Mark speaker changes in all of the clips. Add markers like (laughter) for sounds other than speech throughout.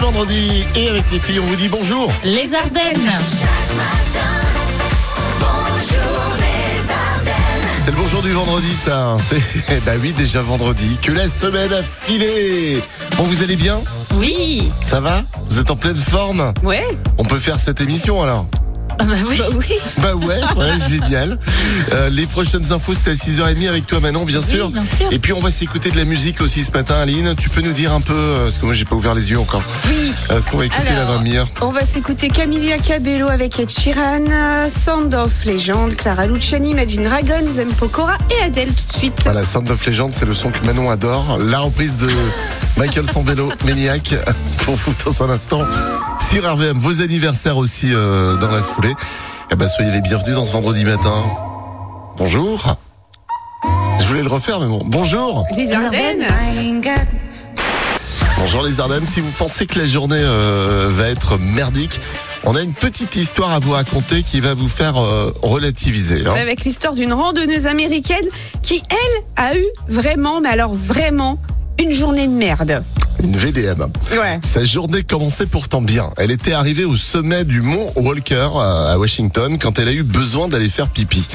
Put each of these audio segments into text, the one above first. Speaker 1: vendredi et avec les filles, on vous dit bonjour.
Speaker 2: Les Ardennes.
Speaker 1: C'est le bonjour du vendredi, ça. (laughs) C'est, bah oui, déjà vendredi. Que la semaine a filé. Bon, vous allez bien
Speaker 2: Oui.
Speaker 1: Ça va Vous êtes en pleine forme
Speaker 2: Ouais.
Speaker 1: On peut faire cette émission alors
Speaker 2: Ah bah oui.
Speaker 1: Bah (laughs) ouais, ouais génial. Euh, les prochaines infos, c'était à 6h30 avec toi Manon, bien
Speaker 2: Oui,
Speaker 1: sûr.
Speaker 2: bien sûr.
Speaker 1: Et puis on va s'écouter de la musique aussi ce matin, Aline. Tu peux nous dire un peu, euh, parce que moi j'ai pas ouvert les yeux encore,
Speaker 3: Oui.
Speaker 1: euh, ce qu'on va écouter la
Speaker 3: Alors,
Speaker 1: demi-heure.
Speaker 3: On va s'écouter Camilla Cabello avec Ed Sheeran, euh, Sound of Legend, Clara Luciani, Imagine Dragons, Zem Pokora et Adele tout de suite.
Speaker 1: Voilà, Sound of Legend, c'est le son que Manon adore. La reprise de Michael Sambello, (laughs) Maniac, pour vous dans un instant. Sur RVM, vos anniversaires aussi euh, dans la foulée. Eh ben, soyez les bienvenus dans ce vendredi matin. Bonjour. Je voulais le refaire, mais bon. Bonjour.
Speaker 3: Les Ardennes.
Speaker 1: Bonjour les Ardennes. Si vous pensez que la journée euh, va être merdique, on a une petite histoire à vous raconter qui va vous faire euh, relativiser. hein.
Speaker 3: Avec l'histoire d'une randonneuse américaine qui, elle, a eu vraiment, mais alors vraiment, une journée de merde.
Speaker 1: Une VDM.
Speaker 3: Ouais.
Speaker 1: Sa journée commençait pourtant bien. Elle était arrivée au sommet du mont Walker euh, à Washington quand elle a eu besoin d'aller faire pipi.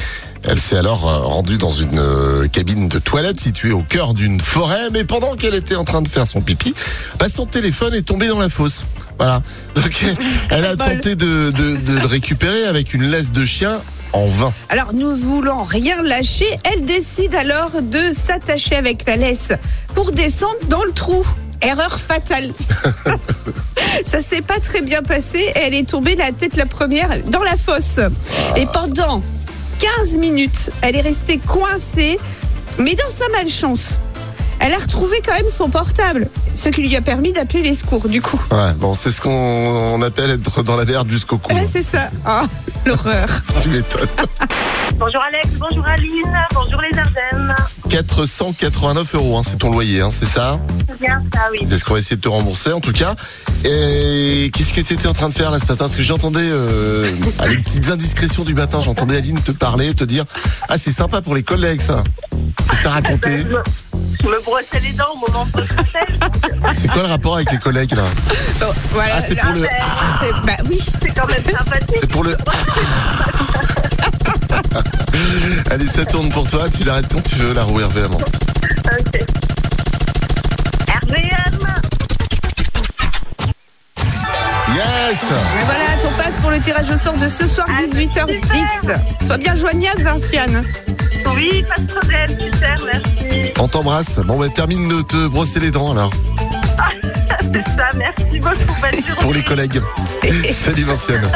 Speaker 1: Elle s'est alors euh, rendue dans une euh, cabine de toilette située au cœur d'une forêt, mais pendant qu'elle était en train de faire son pipi, bah, son téléphone est tombé dans la fosse. Voilà. (laughs) Donc elle a
Speaker 3: Bol.
Speaker 1: tenté de, de- de le récupérer avec une laisse de chien en vain.
Speaker 3: Alors, ne voulant rien lâcher, elle décide alors de s'attacher avec la laisse pour descendre dans le trou.
Speaker 1: (laughs)
Speaker 3: Erreur fatale. Ça s'est pas très bien passé et elle est tombée la tête la première dans la fosse.
Speaker 1: Ah.
Speaker 3: Et pendant 15 minutes, elle est restée coincée, mais dans sa malchance. Elle a retrouvé quand même son portable, ce qui lui a permis d'appeler les secours du coup.
Speaker 1: Ouais, bon, c'est ce qu'on on appelle être dans la merde jusqu'au cou.
Speaker 3: Ouais, c'est ça. Ah, l'horreur.
Speaker 1: Tu m'étonnes.
Speaker 4: Bonjour Alex, bonjour Aline, bonjour les Ardennes.
Speaker 1: 489 euros, hein, c'est ton loyer, hein, c'est ça
Speaker 4: C'est bien ça, oui.
Speaker 1: C'est ce qu'on va essayer de te rembourser en tout cas. Et qu'est-ce que tu étais en train de faire là ce matin Parce que j'entendais euh, ah, les petites indiscrétions du matin, j'entendais Aline te parler, te dire Ah, c'est sympa pour les collègues ça. Qu'est-ce que t'as raconté
Speaker 4: Je me, je me brossais les dents au moment de votre appel.
Speaker 1: C'est quoi le rapport avec les collègues là
Speaker 3: Bon, voilà,
Speaker 1: Ah, c'est
Speaker 3: là,
Speaker 1: pour le.
Speaker 3: c'est- Bah oui.
Speaker 4: C'est quand même sympathique.
Speaker 1: C'est pour le. (laughs) Allez, ça tourne pour toi, tu l'arrêtes quand tu veux, la roue RVM.
Speaker 4: Ok. RVM,
Speaker 1: Yes
Speaker 3: Et voilà, ton passe pour le tirage au sort de ce soir
Speaker 4: Ah,
Speaker 3: 18h10. Sois bien joignable, Vinciane.
Speaker 4: oui, pas de problème, super, merci. (laughs)
Speaker 1: On t'embrasse. Bon, bah termine de te brosser les dents alors,
Speaker 4: C'est ça, merci beaucoup, bonne journée.
Speaker 1: pour les collègues. Salut Vinciane.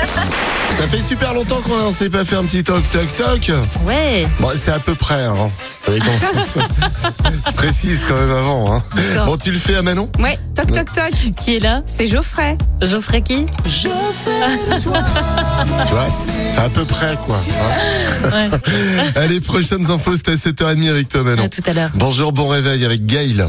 Speaker 1: Ça fait super longtemps qu'on ne s'est pas fait un petit toc toc toc.
Speaker 2: Ouais.
Speaker 1: Bon, c'est à peu près. Hein. Vous savez comment ça se passe. Je précise quand même avant. Hein.
Speaker 2: D'accord.
Speaker 1: Bon, tu le fais à Manon
Speaker 3: Ouais, toc toc toc.
Speaker 2: Qui est là
Speaker 3: C'est Geoffrey.
Speaker 2: Geoffrey qui Ah,
Speaker 1: Tu vois, c'est c'est à peu près quoi. hein. (laughs) Allez, prochaines infos, c'est à 7h30 avec toi Manon.
Speaker 2: À tout à l'heure.
Speaker 1: Bonjour, bon réveil avec Gail.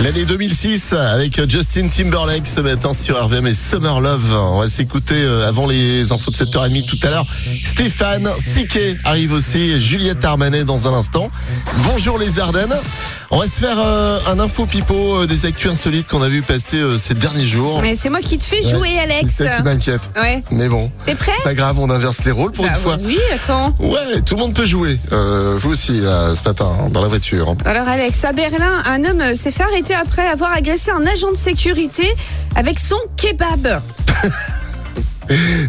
Speaker 1: L'année 2006 avec Justin Timberlake ce matin sur RVM et Summer Love. On va s'écouter euh, avant les infos de 7h30 tout à l'heure. Stéphane Siquet arrive aussi, et Juliette Armanet dans un instant. Bonjour les Ardennes. On va se faire euh, un info pipo euh, des actus insolites qu'on a vu passer euh, ces derniers jours.
Speaker 3: Mais c'est moi qui te fais jouer,
Speaker 1: Ouais,
Speaker 3: Alex.
Speaker 1: C'est ça qui m'inquiète.
Speaker 3: Ouais,
Speaker 1: Mais bon,
Speaker 3: t'es prêt
Speaker 1: pas grave, on inverse les rôles pour
Speaker 3: Bah
Speaker 1: une fois.
Speaker 3: Oui, attends.
Speaker 1: Ouais, tout le monde peut jouer. Euh, vous aussi, là, ce matin, hein, dans la voiture.
Speaker 3: Alors, Alex, à Berlin, un homme euh, s'est fait arrêter après avoir agressé un agent de sécurité avec son kebab.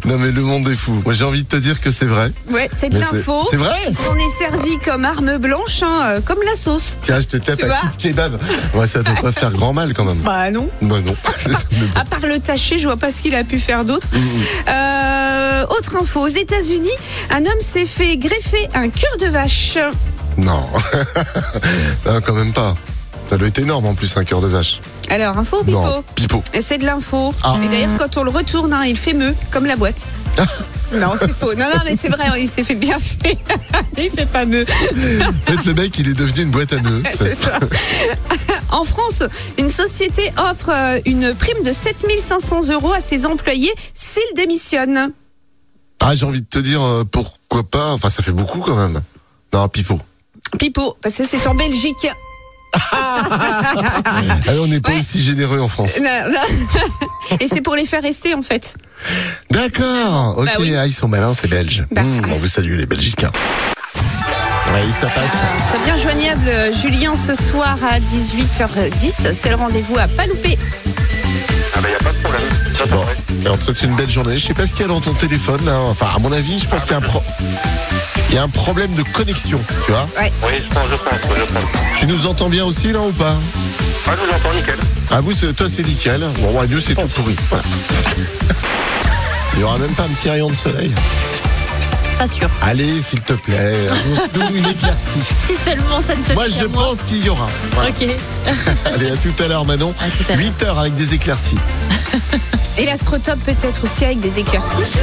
Speaker 1: Non mais le monde est fou. Moi j'ai envie de te dire que c'est vrai.
Speaker 3: Ouais, c'est de
Speaker 1: Mais c'est-
Speaker 3: l'info.
Speaker 1: C'est vrai
Speaker 3: On est servi comme arme blanche, hein, euh, comme la sauce.
Speaker 1: Tiens, je te tape
Speaker 3: Tu
Speaker 1: un
Speaker 3: vois
Speaker 1: petit kebab. Ouais, ça doit pas faire grand mal quand même.
Speaker 3: Bah non.
Speaker 1: Bah non. (laughs) Mais bon.
Speaker 3: À part le taché, je vois pas ce qu'il a pu faire d'autre.
Speaker 1: Mmh.
Speaker 3: Euh, autre info, aux États-Unis, un homme s'est fait greffer un cœur de vache.
Speaker 1: Non. (laughs) Non, quand même pas. Ça doit être énorme en plus, un cœur de vache.
Speaker 3: Alors, info,
Speaker 1: Non,
Speaker 3: Pico
Speaker 1: pipo.
Speaker 3: Et C'est de l'info.
Speaker 1: Ah.
Speaker 3: Et d'ailleurs, quand on le retourne, hein, il fait meux, comme la boîte.
Speaker 1: (laughs)
Speaker 3: non, c'est faux. Non, non, mais c'est vrai, il s'est fait bien fait. (laughs) il fait pas meux.
Speaker 1: Peut-être le mec, il est devenu une boîte à nœuds.
Speaker 3: (laughs) C'est
Speaker 1: (laughs)
Speaker 3: ça. en France, une société offre euh, une prime de 7500 euros à ses employés s'ils démissionnent.
Speaker 1: Ah, j'ai envie de te dire, euh, pourquoi pas Enfin, ça fait beaucoup quand même. Non, pipo.
Speaker 3: Pipo, parce que c'est en Belgique.
Speaker 1: Ah, on n'est pas
Speaker 3: Ouais.
Speaker 1: aussi généreux en France.
Speaker 3: Non, non. (laughs) Et c'est pour les faire rester en fait.
Speaker 1: D'accord. Ok,
Speaker 3: Bah oui.
Speaker 1: ah, ils sont malins, ces Belges.
Speaker 3: Bah.
Speaker 1: Mmh, on vous salue, les Belgicains. Oui, ça passe.
Speaker 2: Ah,
Speaker 3: Très bien joignable, euh, Julien, ce soir à 18h10. C'est le rendez-vous à pas louper.
Speaker 5: Ah bah y a pas de problème.
Speaker 1: Bon,
Speaker 5: J'attendrai.
Speaker 1: alors, on te souhaite une belle journée. Je sais pas ce qu'il y a dans ton téléphone, là. Enfin, à mon avis, je pense qu'il y a un pro- Il y a un problème de connexion, tu vois.
Speaker 5: Oui, je pense, je pense, oui, je pense.
Speaker 1: Tu nous entends bien aussi, là, ou pas
Speaker 5: Ah, je vous entends nickel.
Speaker 1: Ah vous, c'est- toi c'est nickel. Bon, moi, nous c'est tout pourri. Voilà. Il y aura même pas un petit rayon de soleil.
Speaker 2: Pas sûr.
Speaker 1: Allez, s'il te plaît, hein, nous une éclaircie.
Speaker 2: Si seulement ça ne te
Speaker 1: Moi,
Speaker 2: fait
Speaker 1: je
Speaker 2: à moi.
Speaker 1: pense qu'il y aura.
Speaker 2: Ok.
Speaker 1: Allez, à tout à l'heure, Manon.
Speaker 2: À tout à l'heure.
Speaker 1: 8 heures avec des éclaircies.
Speaker 3: Et l'astrotop peut-être aussi avec des éclaircies.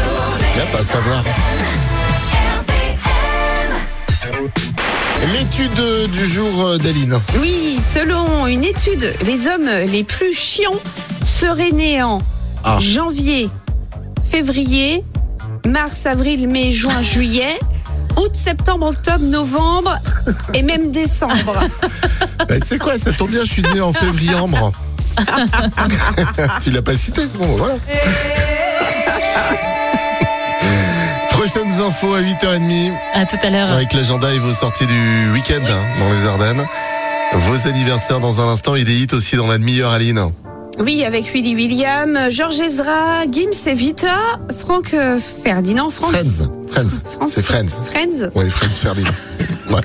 Speaker 1: Y'a pas à savoir. L'étude euh, du jour euh, d'Aline.
Speaker 3: Oui, selon une étude, les hommes les plus chiants seraient nés en
Speaker 1: Ah.
Speaker 3: janvier, février, mars, avril, mai, juin, juillet, août, septembre, octobre, novembre et même décembre.
Speaker 1: Bah, tu sais quoi, ça tombe bien, je suis né en février-ambre. tu l'as pas cité, bon bah, voilà. Prochaines infos à 8h30
Speaker 2: À tout à l'heure.
Speaker 1: avec l'agenda et vos sorties du week-end hein, dans les Ardennes. Vos anniversaires dans un instant et des hits aussi dans la demi-heure, Aline.
Speaker 3: Oui, avec Willy William, Georges Ezra, Gims et Vita, Franck euh, Ferdinand, Franck-
Speaker 1: Friends. Friends.
Speaker 3: France-
Speaker 1: C'est Friends.
Speaker 3: Friends.
Speaker 1: Ouais, Friends Ferdinand. Ouais.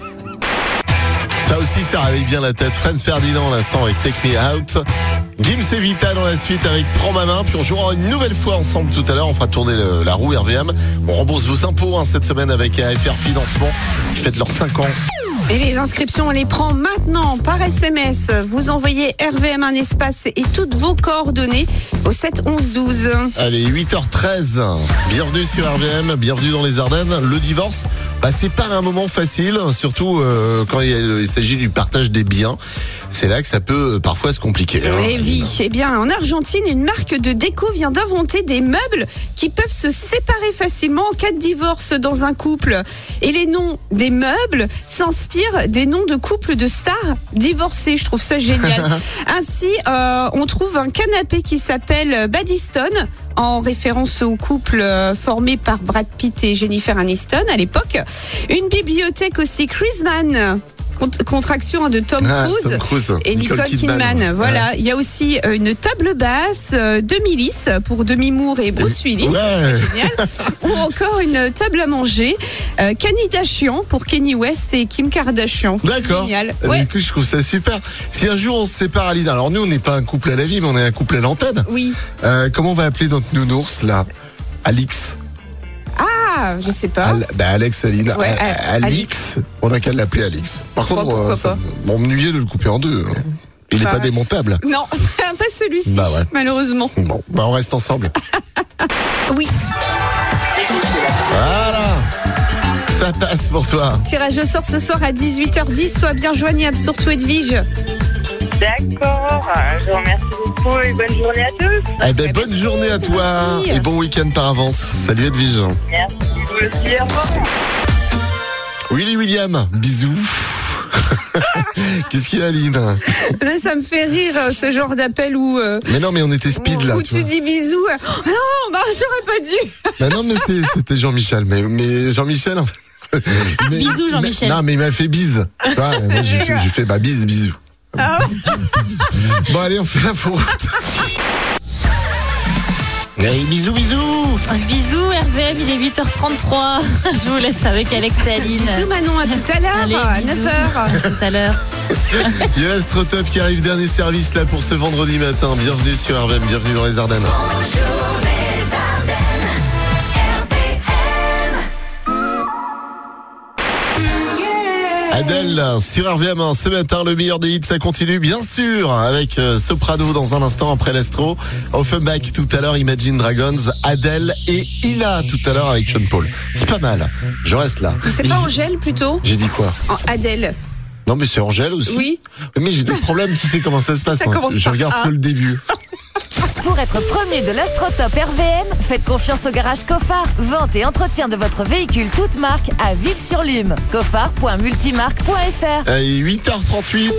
Speaker 1: Ça aussi, ça réveille bien la tête. Friends Ferdinand à l'instant avec Take Me Out. Gims et Vita dans la suite avec Prends ma main. Puis on jouera une nouvelle fois ensemble tout à l'heure. On fera tourner le- la roue RVM. On rembourse vos impôts hein, cette semaine avec AFR Financement qui fête leurs 5 ans.
Speaker 3: Et les inscriptions, on les prend maintenant par SMS. Vous envoyez RVM un espace et toutes vos coordonnées au 7 11 12.
Speaker 1: Allez, 8h13. Bienvenue sur RVM, bienvenue dans les Ardennes. Le divorce, bah, c'est pas un moment facile, surtout euh, quand il y a- il s'agit du partage des biens. C'est là que ça peut euh, parfois se compliquer. hein.
Speaker 3: Eh oui, eh bien, en Argentine, une marque de déco vient d'inventer des meubles qui peuvent se séparer facilement en cas de divorce dans un couple. Et les noms des meubles s'inspirent des noms de couples de stars divorcés. Je trouve ça génial.
Speaker 1: (laughs)
Speaker 3: Ainsi, euh, on trouve un canapé qui s'appelle Badiston en référence au couple euh, formé par Brad Pitt et Jennifer Aniston à l'époque. Une bibliothèque aussi, Chrisman, cont- contraction hein, de Tom
Speaker 1: Ah, Tom
Speaker 3: Cruise.
Speaker 1: Cruise
Speaker 3: Et Nicole, Kidman, voilà. Il y a aussi euh, une table basse, euh, demi lisse pour Demi Moore et Bruce Willis.
Speaker 1: Ouais.
Speaker 3: Génial.
Speaker 1: (laughs)
Speaker 3: Ou encore une table à manger, euh, Kardashian pour Kenny West et Kim Kardashian.
Speaker 1: D'accord.
Speaker 3: Génial.
Speaker 1: Eh bien,
Speaker 3: Ouais.
Speaker 1: écoute, je trouve ça super. Si un jour on se sépare, Aline, alors nous on n'est pas un couple à la vie, mais on est un couple à l'antenne.
Speaker 3: Oui.
Speaker 1: Euh, comment on va appeler notre nounours là Alix.
Speaker 3: Ah, je sais pas.
Speaker 1: Al- bah, Alex, Aline.
Speaker 3: Ouais,
Speaker 1: A-
Speaker 3: A-
Speaker 1: Alix.
Speaker 3: Alix.
Speaker 1: On n'a qu'à l'appeler Alix. Par contre,
Speaker 3: Pourquoi
Speaker 1: euh, ça m'ennuyait de le couper en deux. hein. Il n'est
Speaker 3: Bah
Speaker 1: pas
Speaker 3: ouais.
Speaker 1: démontable.
Speaker 3: Non, (laughs) pas celui-ci,
Speaker 1: Bah ouais.
Speaker 3: malheureusement.
Speaker 1: Bon, bah on reste
Speaker 3: (laughs)
Speaker 1: ensemble.
Speaker 3: Oui,
Speaker 1: Voilà Ça passe pour toi.
Speaker 3: tirage au sort ce soir à 18h10. Sois bien joignable, surtout Edwige.
Speaker 4: D'accord. ah, Je vous remercie beaucoup et bonne journée à tous.
Speaker 1: Eh ben,
Speaker 3: Eh ben,
Speaker 1: bonne
Speaker 3: merci,
Speaker 1: journée à toi
Speaker 3: merci.
Speaker 1: et bon week-end par avance. Salut Edwige.
Speaker 4: Merci, vous aussi. Au revoir.
Speaker 1: Willy William, (laughs) bisous. Qu'est-ce qu'il y a, Aline
Speaker 3: Là, ça me fait rire euh, ce genre d'appel où, euh,
Speaker 1: Mais non, mais on était speed
Speaker 3: où-
Speaker 1: là.
Speaker 3: où
Speaker 1: tu
Speaker 3: tu
Speaker 1: vois.
Speaker 3: dis bisous. euh, Oh, non, bah, j'aurais pas dû.
Speaker 1: Bah non, mais c'est- c'était Jean-Michel. Mais, mais Jean-Michel. en fait. (laughs) Mais-
Speaker 2: Bisous, Jean-Michel.
Speaker 1: Non, mais il m'a fait bise. Tu vois, moi, j'ai fait, j'ai fait, bah bise, bisous. Ah bon, allez, on fait la route. Allez, bisous, bisous.
Speaker 2: Bisous RVM, il est 8h33. (laughs) Je vous laisse avec Alex et Aline.
Speaker 3: Bisous Manon, à tout à
Speaker 2: Allez,
Speaker 3: l'heure, à
Speaker 2: bisous.
Speaker 3: 9h.
Speaker 2: À tout à l'heure.
Speaker 1: Il y a Astrotop qui arrive dernier service là pour ce vendredi matin. Bienvenue sur RVM, bienvenue dans les Ardennes. Adèle sur RVM hein, ce matin, le meilleur des hits, ça continue bien sûr avec euh, Soprano dans un instant après l'Astro, Offenbach tout à l'heure, Imagine Dragons, Adèle et Ina tout à l'heure avec Sean Paul. C'est pas mal, je reste là.
Speaker 3: C'est pas Angèle plutôt
Speaker 1: J'ai dit quoi
Speaker 3: En Adèle.
Speaker 1: Non mais c'est Angèle aussi.
Speaker 3: Oui.
Speaker 1: Mais j'ai des problèmes, tu sais comment ça se passe.
Speaker 3: Ça
Speaker 1: moi.
Speaker 3: commence
Speaker 1: je
Speaker 3: par
Speaker 1: regarde
Speaker 3: A.
Speaker 1: que le début.
Speaker 6: Pour être premier de l'Astrotop RVM, faites confiance au garage Coffard. Vente et entretien de votre véhicule toute marque à Ville-sur-Lume. Coffard.multimarque.fr
Speaker 1: Et 8h38,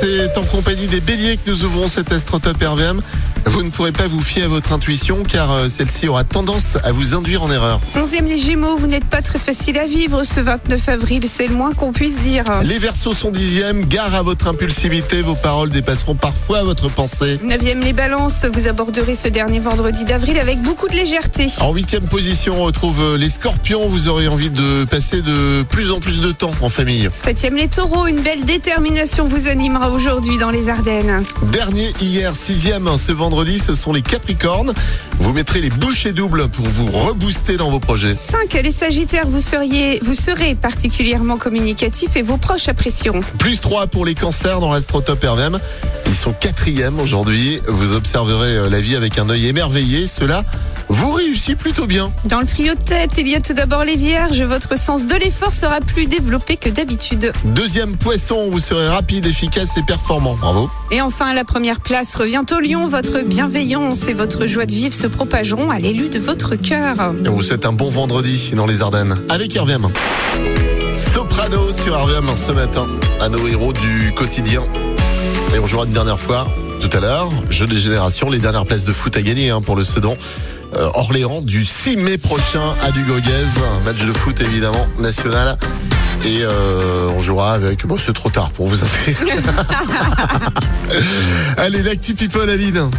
Speaker 1: c'est en compagnie des béliers que nous ouvrons cet Astrotop RVM. Vous ne pourrez pas vous fier à votre intuition car euh, celle-ci aura tendance à vous induire en erreur.
Speaker 3: Onzième les Gémeaux, vous n'êtes pas très facile à vivre ce 29 avril, c'est le moins qu'on puisse dire.
Speaker 1: Les versos sont dixièmes, gare à votre impulsivité, vos paroles dépasseront parfois votre pensée.
Speaker 3: Neuvième les Balances, vous aborderez ce dernier vendredi d'avril avec beaucoup de légèreté.
Speaker 1: En huitième position, on retrouve euh, les scorpions. Vous aurez envie de passer de plus en plus de temps en famille.
Speaker 3: Septième les Taureaux, une belle détermination vous animera aujourd'hui dans les Ardennes.
Speaker 1: Dernier hier, sixième hein, ce vendredi, ce sont les capricornes. Vous mettrez les bouchées doubles pour vous rebooster dans vos projets.
Speaker 3: 5. Les Sagittaires, vous, seriez, vous serez particulièrement communicatifs et vos proches apprécieront.
Speaker 1: Plus 3 pour les cancers dans l'Astrotop RVM. Ils sont quatrième aujourd'hui. Vous observerez euh, la vie avec un œil émerveillé. Cela vous réussit plutôt bien.
Speaker 3: Dans le trio de tête, il y a tout d'abord les Vierges. Votre sens de l'effort sera plus développé que d'habitude.
Speaker 1: Deuxième poisson, vous serez rapide, efficace et performant. Bravo.
Speaker 3: Et enfin, la première place revient au Lion. Votre bienveillance et votre joie de vivre se propageront à l'élu de votre cœur.
Speaker 1: Et on vous souhaite un bon vendredi dans les Ardennes avec RVM. Soprano sur RVM ce matin, à nos héros du quotidien. Et on jouera une dernière fois tout à l'heure. Jeu des générations, les dernières places de foot à gagner hein, pour le Sedan. Euh, Orléans du 6 mai prochain à Dugoguez. Match de foot évidemment national. Et euh, on jouera avec. Bon, c'est trop tard pour vous inscrire. Allez, l'actu people, Aline.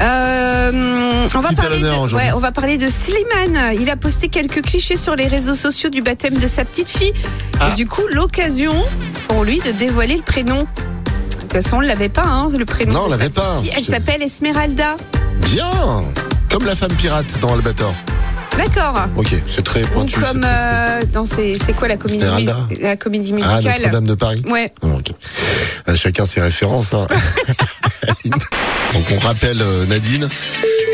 Speaker 3: Euh, on, va
Speaker 1: Qui est à
Speaker 3: parler
Speaker 1: l'honneur
Speaker 3: de,
Speaker 1: aujourd'hui
Speaker 3: ouais, on va parler de Slimane. Il a posté quelques clichés sur les réseaux sociaux du baptême de sa petite fille.
Speaker 1: Ah.
Speaker 3: Et du coup, l'occasion pour lui de dévoiler le prénom. De toute façon, on ne l'avait pas, hein, le prénom.
Speaker 1: Non, on
Speaker 3: de sa
Speaker 1: l'avait
Speaker 3: petite
Speaker 1: pas.
Speaker 3: fille. Elle
Speaker 1: Je-
Speaker 3: s'appelle Esmeralda.
Speaker 1: Bien Comme la femme pirate dans Albator.
Speaker 3: D'accord.
Speaker 1: Ok, c'est très
Speaker 3: Ou
Speaker 1: pointu.
Speaker 3: comme.
Speaker 1: c'est très spécifique.
Speaker 3: euh, non, c'est c'est quoi la comédie,
Speaker 1: Esmeralda.
Speaker 3: mu- la comédie
Speaker 1: Ah,
Speaker 3: musicale
Speaker 1: Notre-Dame de Paris.
Speaker 3: Ouais.
Speaker 1: Ah, ok. Euh, Chacun ses références. hein. (laughs) Aline. Donc on rappelle euh, Nadine.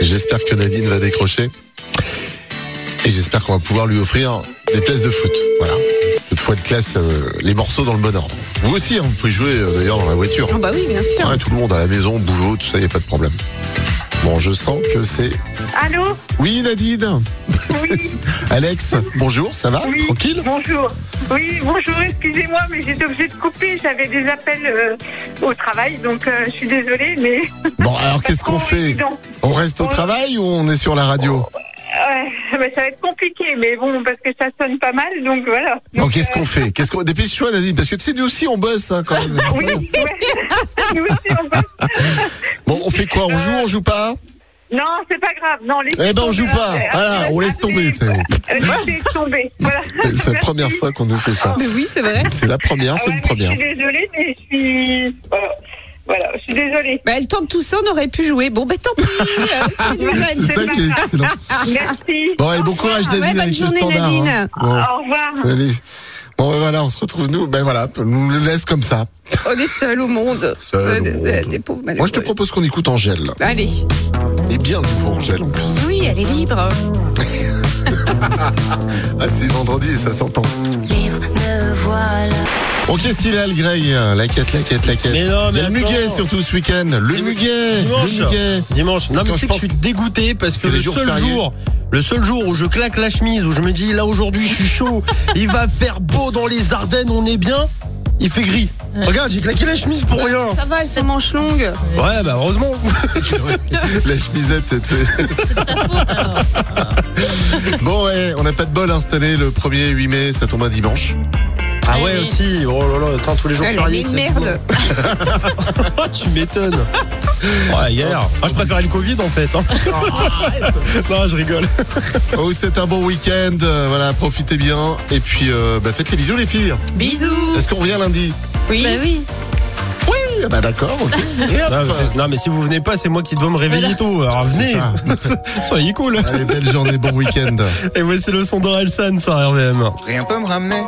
Speaker 1: J'espère que Nadine va décrocher. Et j'espère qu'on va pouvoir lui offrir des places de foot. Voilà. Toutefois, de classe euh, les morceaux dans le bon ordre. Vous aussi, hein, vous pouvez jouer euh, d'ailleurs dans la voiture.
Speaker 3: Ah bah oui, bien sûr.
Speaker 1: Ouais, tout le monde à la maison, au boulot, tout ça, il n'y a pas de problème. Bon, je sens que c'est.
Speaker 4: Allô
Speaker 1: Oui, Nadine
Speaker 4: Oui.
Speaker 1: Alex, bonjour, ça va
Speaker 4: Oui.
Speaker 1: Tranquille
Speaker 4: Bonjour. Oui, bonjour, excusez-moi, mais j'étais obligée de couper. J'avais des appels euh, au travail, donc euh, je suis désolée, mais. Oh,
Speaker 1: Bon, alors (laughs) qu'est-ce qu'on fait
Speaker 4: Non.
Speaker 1: On reste au travail ou on est sur la radio
Speaker 4: Ouais, (laughs) mais ça va être compliqué, mais bon, parce que ça sonne pas mal, donc voilà.
Speaker 1: Bon,
Speaker 4: Donc,
Speaker 1: qu'est-ce
Speaker 4: euh,
Speaker 1: qu'on fait Qu'est-ce qu'on dépêche-toi, Nadine Parce que tu sais, nous aussi, on bosse hein, quand même.
Speaker 4: Oui, ouais. (laughs) Nous aussi, on va-
Speaker 1: Bon, on fait quoi On joue On joue pas
Speaker 4: Non, c'est pas grave. Non, laissez
Speaker 1: Eh ben, on joue
Speaker 4: tomber.
Speaker 1: pas.
Speaker 4: Après,
Speaker 1: Voilà, on laisse tomber, tu sais. (laughs)
Speaker 4: Euh, Laissez tomber. Voilà.
Speaker 1: C'est la première
Speaker 4: Merci.
Speaker 1: fois qu'on nous fait ça.
Speaker 3: Mais oui, c'est vrai.
Speaker 1: C'est la première, c'est
Speaker 4: Ah ouais,
Speaker 1: une première.
Speaker 4: Je suis désolée, mais je suis. Voilà, voilà je
Speaker 1: (laughs)
Speaker 4: suis désolée.
Speaker 3: Bah, elle tente tout ça, on aurait pu jouer. Bon, bah tant pis. euh, c'est une vanne.
Speaker 1: C'est ça
Speaker 4: pas
Speaker 1: qui est
Speaker 4: grave.
Speaker 1: excellent.
Speaker 4: Merci.
Speaker 1: Bon, Euh, et bon courage, Nadine,
Speaker 3: revoir. Ah Ouais, bonne
Speaker 1: avec
Speaker 3: journée,
Speaker 1: le standard. hein.
Speaker 4: Au revoir.
Speaker 1: Bon, allez. Bon, ben voilà, on se retrouve, nous. Ben voilà, nous le laisse comme ça.
Speaker 3: On est seul au monde.
Speaker 1: Seul
Speaker 3: Euh,
Speaker 1: au
Speaker 3: des-
Speaker 1: monde.
Speaker 3: des pauvres
Speaker 1: Moi, je te
Speaker 3: malheureux. Bah,
Speaker 1: propose qu'on écoute Angèle.
Speaker 3: Allez.
Speaker 1: Et bien le nouveau Angèle, en plus.
Speaker 3: Oui, elle est libre.
Speaker 1: Ah, c'est vendredi et ça s'entend. Ok, s'il est le Greg, la quête, la quête, la quête.
Speaker 7: Mais non,
Speaker 1: Il y
Speaker 7: mais
Speaker 1: a le
Speaker 7: attends.
Speaker 1: muguet surtout ce week-end. Le
Speaker 7: Dimanche.
Speaker 1: muguet,
Speaker 7: Dimanche.
Speaker 1: le muguet. (laughs)
Speaker 7: Dimanche. Non,
Speaker 1: Quand
Speaker 7: mais tu
Speaker 1: je
Speaker 7: sais que je
Speaker 1: pense-
Speaker 7: suis dégoûté parce que
Speaker 1: les
Speaker 7: le
Speaker 1: jours
Speaker 7: seul
Speaker 1: fériés.
Speaker 7: jour, le seul jour où je claque la chemise, où je me dis là aujourd'hui je suis chaud, il va faire beau dans les Ardennes, on est bien, il fait gris. Regarde, j'ai claqué la chemise pour rien.
Speaker 3: Ça va, elles sont manches longues.
Speaker 7: Ouais, bah heureusement.
Speaker 1: la chemisette, tu sais. Bon, ouais, on n'a pas de bol installé le 1er 8 mai, ça tombe un dimanche.
Speaker 7: Ah
Speaker 2: ouais,
Speaker 7: ouais aussi. Oh là là, attends tous les jours
Speaker 3: Elle est
Speaker 7: fériés.
Speaker 3: une
Speaker 7: c'est
Speaker 3: merde.
Speaker 7: bon. (laughs) tu m'étonnes. Oh la galère. Ah, je préférais le Covid en fait. hein. (laughs) non, je rigole.
Speaker 1: Oh, c'est un bon week-end, euh, voilà, profitez bien. Et puis, euh, bah, faites les bisous, les filles.
Speaker 3: Bisous.
Speaker 1: Est-ce qu'on revient lundi
Speaker 3: Oui.
Speaker 2: Bah oui.
Speaker 1: Oui, bah d'accord, ok. Et hop.
Speaker 7: Non, mais- non, mais si vous venez pas, c'est moi qui dois me réveiller tôt. Alors venez.
Speaker 1: ça.
Speaker 7: (laughs) Soyez cool.
Speaker 1: Allez, belle journée, bon week-end.
Speaker 7: Et voici le son d'Orelsan sur RVM.
Speaker 8: Rien peut me ramener.